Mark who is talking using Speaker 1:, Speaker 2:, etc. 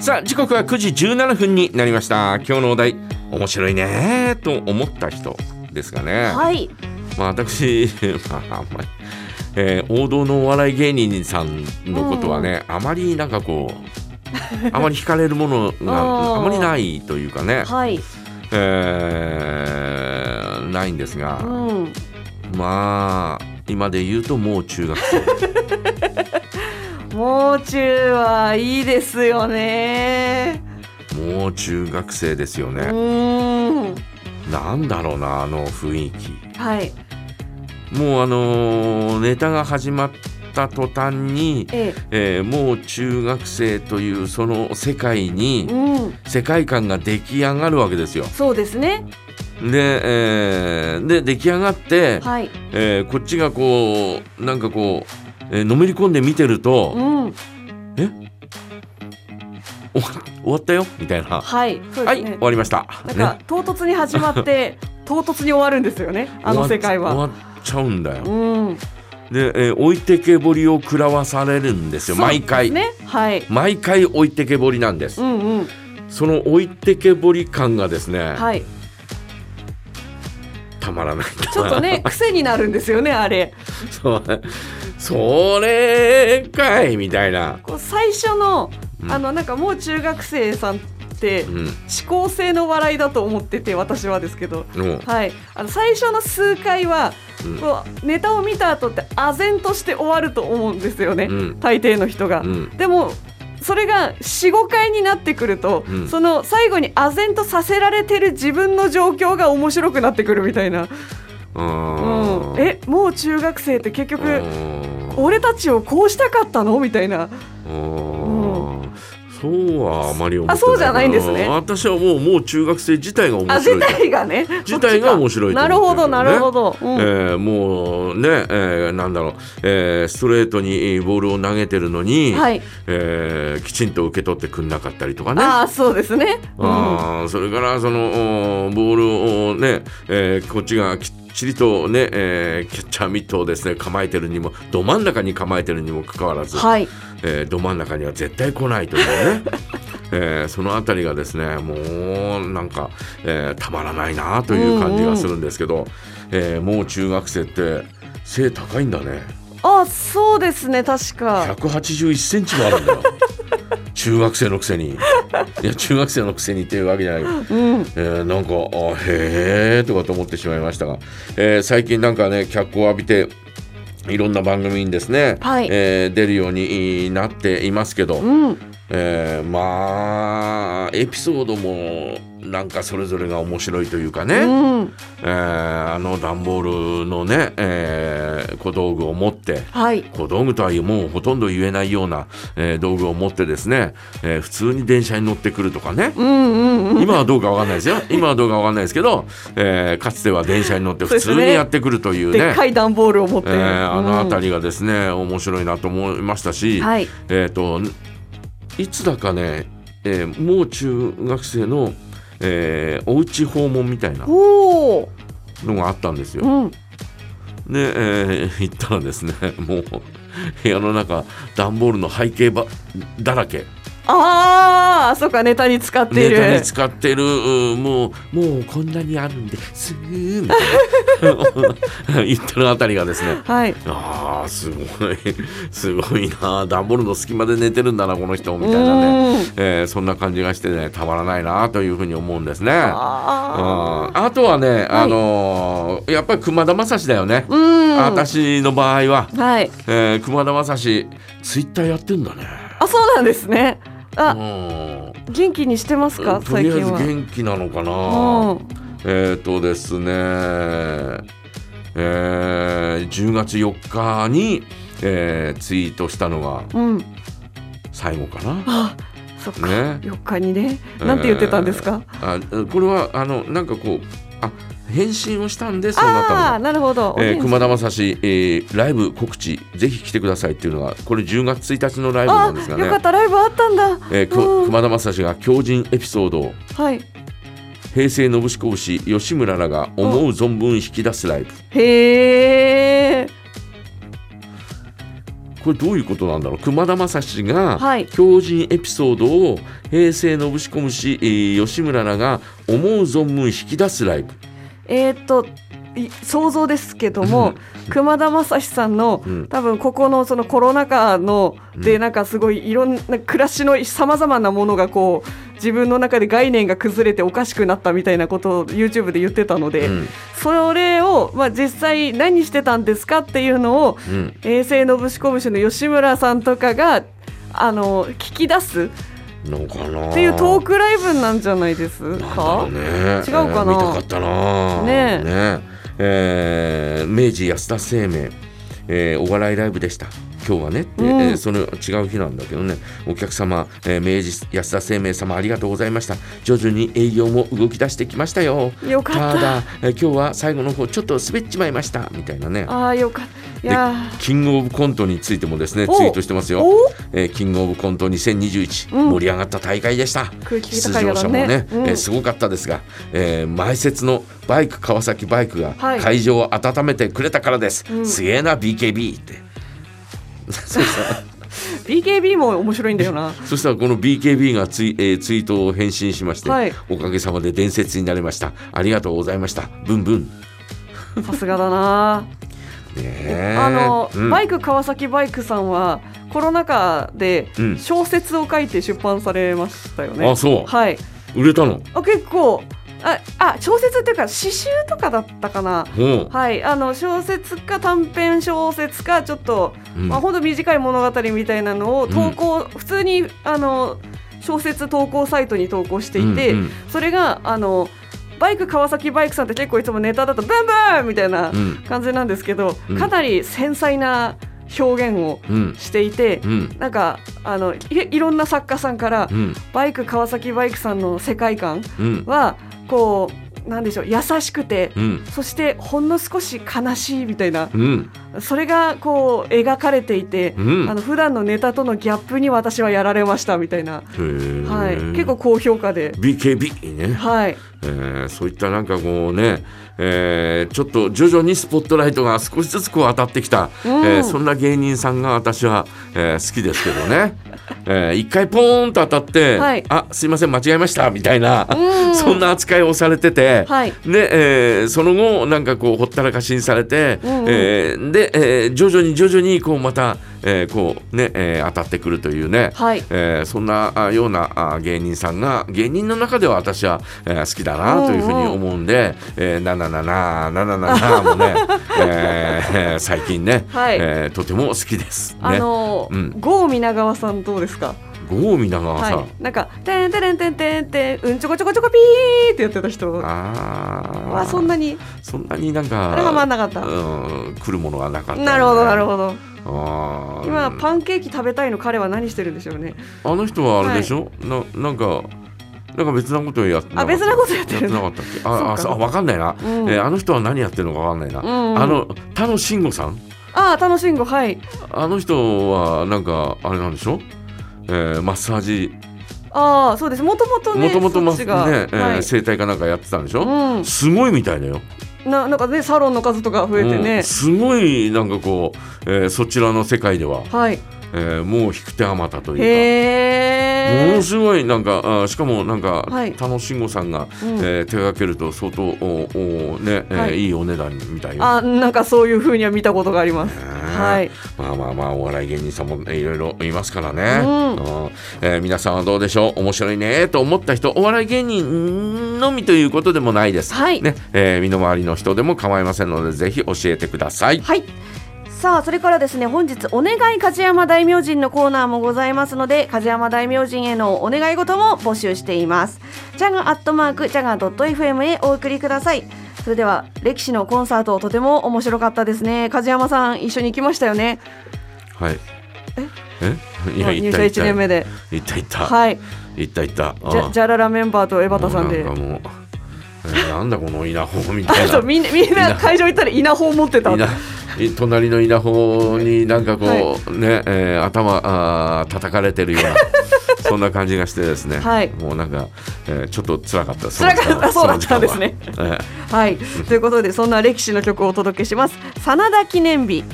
Speaker 1: さあ時刻は9時17分になりました今日のお題面白いねーと思った人ですがね、
Speaker 2: はい。
Speaker 1: まあ私 まああんまり、えー王道のお笑い芸人さんのことはね、あまりなんかこうあまり惹かれるも のが
Speaker 2: うん
Speaker 1: あまりないというかね、
Speaker 2: はい。
Speaker 1: えーないんですが、
Speaker 2: うん。
Speaker 1: まあ今で言うともう中学生
Speaker 2: もう中はいいですよね。
Speaker 1: もう中学生ですよ
Speaker 2: う
Speaker 1: ね、
Speaker 2: ーん。
Speaker 1: なんだろうなあの雰囲気
Speaker 2: はい。
Speaker 1: もうあのーネタが始まった途端に、
Speaker 2: え
Speaker 1: えーもう中学生というその世界
Speaker 2: え。
Speaker 1: に
Speaker 2: うん。
Speaker 1: 世界観が出来上がるわけですよ。
Speaker 2: そうですね。
Speaker 1: で,、えーで出来上がって、
Speaker 2: はい。
Speaker 1: えーこっちがこうなんかこう、えーのめり込んで見てると
Speaker 2: う、ん。
Speaker 1: お終わったよみたいな。
Speaker 2: はい。そうで
Speaker 1: は
Speaker 2: す
Speaker 1: い、
Speaker 2: ね
Speaker 1: 終。わりました。
Speaker 2: なんか、
Speaker 1: ね
Speaker 2: 唐突に始まって、 唐突に終わるんですよね。あの世界は。
Speaker 1: 終わっ終わっちゃうんだ
Speaker 2: う
Speaker 1: よ。
Speaker 2: ん。
Speaker 1: で、えー置いてけぼりを食らわされるんですよ。毎回、
Speaker 2: そうですね。はい。
Speaker 1: 毎回置いてけぼりなんです
Speaker 2: う。んうん。
Speaker 1: その置いてけぼり感がですね、
Speaker 2: はい。
Speaker 1: たまらない。
Speaker 2: ちょっ とね、癖になるんですよね、あれ。
Speaker 1: そうそれかいみたいな。
Speaker 2: こう最初の
Speaker 1: う、ん
Speaker 2: あの、なんかもう中学生さんって
Speaker 1: う、ん、
Speaker 2: 指向性の笑いだと思ってて、私はですけど。
Speaker 1: もう
Speaker 2: はい、あの最初の数回は、
Speaker 1: うん
Speaker 2: こうネタを見た後って唖然として終わると思うんですよね、
Speaker 1: うん
Speaker 2: 大抵の人が。
Speaker 1: うん
Speaker 2: でもそれが45回になってくると、
Speaker 1: うん
Speaker 2: その最後に唖然とさせられてる自分の状況が面白くなってくるみたいな、
Speaker 1: う、
Speaker 2: うんん、えもう中学生って結
Speaker 1: う
Speaker 2: 局
Speaker 1: ん
Speaker 2: 俺たちをこうしたかったのみたいな
Speaker 1: うんそうはあまり思ってないな
Speaker 2: あそうじゃないんですね
Speaker 1: 私はもうもう中学生自体が面
Speaker 2: あ自
Speaker 1: 白いと
Speaker 2: 体がね
Speaker 1: 自体が面白いと
Speaker 2: なる
Speaker 1: 思
Speaker 2: ほ
Speaker 1: ってる
Speaker 2: ど
Speaker 1: んだ
Speaker 2: な
Speaker 1: よね
Speaker 2: るほど、うん
Speaker 1: えーもうね、えーなんだろう、えーストレートにボールを投げてるのに、
Speaker 2: はい
Speaker 1: えーきちんと受け取ってくんなかったりとかね。
Speaker 2: ああそうですね、うん、
Speaker 1: あーそれからそのおーボールをね、えーこっちがきっちりとね、えーキャッチャーミットをですね構えてるにもど真ん中に構えてるにもかかわらず、
Speaker 2: はい
Speaker 1: えーど真ん中には絶対来ないと いうね、えーそのあたりがですねもうなんか、えーたまらないなという感じがするんですけど、えーもう中学生って背高いんだね
Speaker 2: あそうですね確か
Speaker 1: 181センチもあるん だよ中学生のくせにいや中学生のくせにっていうわけじゃないけど
Speaker 2: うん
Speaker 1: えーなんかあへえとかと思ってしまいましたが、えー最近なんかね脚光を浴びていろんな番組にですね、
Speaker 2: はい
Speaker 1: えー出るようになっていますけど、
Speaker 2: うん
Speaker 1: えーまあエピソードもなんかそれぞれが面白いというかね、
Speaker 2: うん
Speaker 1: えーあの段ボールのね、えー小道具を持って。
Speaker 2: はい
Speaker 1: 小道具とはもうほとんど言えないような、えー道具を持ってですね、えー普通に電車に乗ってくるとかね、
Speaker 2: うんうんうん
Speaker 1: 今はどうかわかんないですよ。今はどうかわかんないですけど、えーかつては電車に乗って普通にやってくるというね。
Speaker 2: でっかい段ボールを持っ
Speaker 1: え
Speaker 2: てる、
Speaker 1: ーあのあた
Speaker 2: り、
Speaker 1: りがですね、面白いなと思いましたし、
Speaker 2: はい
Speaker 1: えっ、といつだかね、えーもう中学生の、えーおうち訪問みたいな
Speaker 2: おお
Speaker 1: のがあったんです
Speaker 2: う
Speaker 1: よ。
Speaker 2: ん
Speaker 1: で、えー行ったらですね、もう部屋の中段ボールの背景ばだらけ。
Speaker 2: ああそっかネタに使ってい
Speaker 1: ネ
Speaker 2: る
Speaker 1: タに使ってるうんもうもうこんなにあるんですー みたいな言ってるあたりがですね
Speaker 2: はい
Speaker 1: あーすごいすごいな段ボールの隙間で寝てるんだなこの人みたいなね、
Speaker 2: うん
Speaker 1: えーそんな感じがしてねたまらないなというふうに思うんですね。
Speaker 2: あ
Speaker 1: ああとはね、あのーやっぱり熊田正史だよね、
Speaker 2: ーうん
Speaker 1: 私の場合は、
Speaker 2: はい
Speaker 1: えー熊田正史ツイッターやってんだね。
Speaker 2: あそうなんですねあ
Speaker 1: うん
Speaker 2: 元気にしてますか
Speaker 1: と
Speaker 2: 最
Speaker 1: りあえ
Speaker 2: 近
Speaker 1: ず
Speaker 2: は
Speaker 1: 元気なのかな、
Speaker 2: うん
Speaker 1: えっ、ー、とですね、えー10月4日に、えーツイートしたのが
Speaker 2: うん
Speaker 1: 最後かな。
Speaker 2: あそっか、
Speaker 1: ね
Speaker 2: 4日にねなんて言ってたんですか、
Speaker 1: えーあこれはあのなんかこうあ返信をしたんでそうなった
Speaker 2: あ
Speaker 1: の
Speaker 2: あーなるほど、
Speaker 1: えー、
Speaker 2: お返事
Speaker 1: 熊田正史、えーライブ告知ぜひ来てくださいっていうのがこれ10月1日のライブなんですが
Speaker 2: あよかっ
Speaker 1: ね、
Speaker 2: たライブあったんだ。
Speaker 1: えー
Speaker 2: う
Speaker 1: こ
Speaker 2: ん
Speaker 1: 熊田正史が強靭エピソードを
Speaker 2: はい。
Speaker 1: 平成のぶしこぶし吉村らが思う存分引き出すライブ
Speaker 2: へえ。
Speaker 1: これどういうことなんだろう熊田正史が
Speaker 2: はい
Speaker 1: 狂人エピソードを平成のぶしこむし、えー吉村らが思う存分引き出すライブ
Speaker 2: えーっとい想像ですけども、熊田正史さんの、
Speaker 1: うん
Speaker 2: 多分ここのそのコロナ禍ので、
Speaker 1: うん
Speaker 2: なんかすごいいろんな暮らしのさまざまなものがこう自分の中で概念が崩れておかしくなったみたいなことを YouTube で言ってたので、
Speaker 1: うん
Speaker 2: それを、まあ、実際何してたんですかっていうのを
Speaker 1: うん
Speaker 2: 永世のぶしこむしの吉村さんとかがあの聞き出す
Speaker 1: のかな
Speaker 2: っていうトークライブなんじゃないです
Speaker 1: なんだろ
Speaker 2: か
Speaker 1: うね
Speaker 2: 違うかな
Speaker 1: えー見たかったな
Speaker 2: ねえ
Speaker 1: ええー明治安田生命、えーお笑いライブでした今日はねって、
Speaker 2: うん
Speaker 1: えーその違う日なんだけどねお客様、えー明治安田生命様ありがとうございました徐々に営業も動き出してきましたよ
Speaker 2: よかった
Speaker 1: だ、えー今日は最後の方ちょっと滑っちまいましたみたいなね
Speaker 2: ああよかったいやー
Speaker 1: キングオブコントについてもですね
Speaker 2: お
Speaker 1: ツイートしてますよ
Speaker 2: お
Speaker 1: えーキングオブコント2021、
Speaker 2: うん
Speaker 1: 盛り上がった大会でした
Speaker 2: 空気
Speaker 1: 出
Speaker 2: 高い
Speaker 1: 場
Speaker 2: から
Speaker 1: 者も
Speaker 2: ね
Speaker 1: ね、
Speaker 2: うん
Speaker 1: えーすごかったですが、えー前説のバイク川崎バイクが
Speaker 2: はい
Speaker 1: 会場を温めてくれたからです、
Speaker 2: うん
Speaker 1: すげえな BKB って。そうそう
Speaker 2: BKB も面白いんだ よな
Speaker 1: そしたらこの BKB がツイ,、えーツイートを返信しまして、
Speaker 2: はい
Speaker 1: おかげさまで伝説になりましたありがとうございましたブンブン、ね
Speaker 2: さすがだな
Speaker 1: え
Speaker 2: あの、
Speaker 1: うん
Speaker 2: バイク川崎バイクさんはコロナ禍で
Speaker 1: うん
Speaker 2: 小説を書いて出版されましたよね、
Speaker 1: あそう
Speaker 2: はい
Speaker 1: 売れたの
Speaker 2: あ結構ああ小説っていうか詩集とかだったかな
Speaker 1: ほ
Speaker 2: はいあの小説か短編小説かちょっと、
Speaker 1: う、うん
Speaker 2: まあ、ほんと短い物語みたいなのを投稿、普通にあの小説投稿サイトに投稿していて、
Speaker 1: うん
Speaker 2: それがあのバイク川崎バイクさんって結構いつもネタだとブンブンみたいな
Speaker 1: うんうん
Speaker 2: 感じなんですけど、
Speaker 1: うん
Speaker 2: かなり繊細な表現を
Speaker 1: うん
Speaker 2: していて、
Speaker 1: うん
Speaker 2: なんかあのいいろんな作家さんから
Speaker 1: うん
Speaker 2: バイク川崎バイクさんの世界観
Speaker 1: うん
Speaker 2: はこうなんでしょう優しくて、
Speaker 1: うん
Speaker 2: そしてほんの少し悲しいみたいな
Speaker 1: うん
Speaker 2: それがこう描かれていて、
Speaker 1: うん
Speaker 2: あの普段のネタとのギャップに私はやられましたみたいな、
Speaker 1: へー
Speaker 2: はい、結構高評価で、
Speaker 1: BKB ね、
Speaker 2: はい、
Speaker 1: えーそういったなんかこうね、えーちょっと徐々にスポットライトが少しずつこう当たってきた、
Speaker 2: うん
Speaker 1: えーそんな芸人さんが私は、えー好きですけどね、えー一回ポーンと当たって「
Speaker 2: はい
Speaker 1: あすいません間違えました」みたいな、
Speaker 2: うん
Speaker 1: そんな扱いをされてて。
Speaker 2: はい、
Speaker 1: でえーその後なんかこうほったらかしにされて、
Speaker 2: うんうん
Speaker 1: えーで、えー徐々に徐々にこうまた、えーこうねえー当たってくるというね、
Speaker 2: はい
Speaker 1: えーそんなあようなあ芸人さんが芸人の中では私は、えー好きだなというふうに思うんで「えーなななななななな」も ね、えー最近ね、
Speaker 2: はい
Speaker 1: えーとても好きです。
Speaker 2: あ
Speaker 1: ね、
Speaker 2: のー
Speaker 1: うん
Speaker 2: 郷皆川さんどうですか
Speaker 1: 郷皆川さん、
Speaker 2: はい、なんか「てんてれんてんてんてんうんちょこちょこちょこピー」ってやってた人は
Speaker 1: あー
Speaker 2: そんなに
Speaker 1: そんなになん
Speaker 2: あれはま
Speaker 1: か
Speaker 2: あなかった、
Speaker 1: うん、来るものがなかった、
Speaker 2: なるほどなる
Speaker 1: ど
Speaker 2: ほど
Speaker 1: あー
Speaker 2: 今パンケーキ食べたいの彼は何してるんでしょうね
Speaker 1: あの人はあれでしょ、ななんかなんか別なことやってかった
Speaker 2: あ別なことやって
Speaker 1: やっ
Speaker 2: る
Speaker 1: て
Speaker 2: ん
Speaker 1: な
Speaker 2: だ
Speaker 1: かったっけああ
Speaker 2: そ
Speaker 1: そうう
Speaker 2: か
Speaker 1: 分かんないな、
Speaker 2: うん
Speaker 1: えーあの人は何やってるのか分かんないな、
Speaker 2: うんうん
Speaker 1: あの他の慎吾さん
Speaker 2: ああ楽しんごはい
Speaker 1: あの人はなんかあれなんでしょ、えーマッサージ
Speaker 2: ああそうですもともとね
Speaker 1: もともと
Speaker 2: そ
Speaker 1: マ
Speaker 2: っ
Speaker 1: ッ
Speaker 2: ち
Speaker 1: ね
Speaker 2: が、
Speaker 1: えー
Speaker 2: はい
Speaker 1: 整体かなんかやってたんでしょ、
Speaker 2: うん
Speaker 1: すごいみたいだよ、
Speaker 2: ななんかねサロンの数とか増えて
Speaker 1: う
Speaker 2: ね
Speaker 1: ん、すごいなんかこう、えーそちらの世界では、
Speaker 2: はい
Speaker 1: えーもう引く手あまたというかも
Speaker 2: へえ
Speaker 1: のすごいなんかあーしかもなんか、
Speaker 2: はい
Speaker 1: 田野慎吾さんが、
Speaker 2: うん
Speaker 1: えー手がけると相当おおね、えー
Speaker 2: はい
Speaker 1: い、いお値段みたいよ。
Speaker 2: あなんかそういうふうには見たことがあります
Speaker 1: ね
Speaker 2: はい
Speaker 1: まあまあまあお笑い芸人さんもねいろいろいますからね、
Speaker 2: う
Speaker 1: う
Speaker 2: ん
Speaker 1: んえー皆さんはどうでしょう面白いねと思った人お笑い芸人のみということでもないです、
Speaker 2: はい
Speaker 1: ねえー身の回りの人でも構いませんのでぜひ教えてください
Speaker 2: はい。さあそれからですね本日お願い梶山大明神のコーナーもございますので梶山大明神へのお願い事も募集していますジャガアットマークジャガ .fm へお送りくださいそれでは歴史のコンサートとても面白かったですね梶山さん一緒に行きましたよね
Speaker 1: はいえいや
Speaker 2: はい
Speaker 1: 行
Speaker 2: 入
Speaker 1: った
Speaker 2: 社
Speaker 1: 行った
Speaker 2: 1年目で
Speaker 1: 行った行った、
Speaker 2: はい
Speaker 1: 行った行った
Speaker 2: ジャジャララメンバーと江端さんで
Speaker 1: もうなんかもう、えーなんだこの稲穂み
Speaker 2: あ
Speaker 1: たいな
Speaker 2: とみんなみんな会場行ったら稲穂を持ってた
Speaker 1: 稲い隣の稲穂になんかこう、
Speaker 2: は
Speaker 1: ね、えー頭あー叩かれてるよう なそんな感じがしてですね、
Speaker 2: はい
Speaker 1: もうなんか、えーちょっと辛かった
Speaker 2: 辛かった
Speaker 1: の時間は
Speaker 2: そうだったんですね
Speaker 1: の時間はえ
Speaker 2: はい、ということでそんな歴史の曲をお届けします真田記念日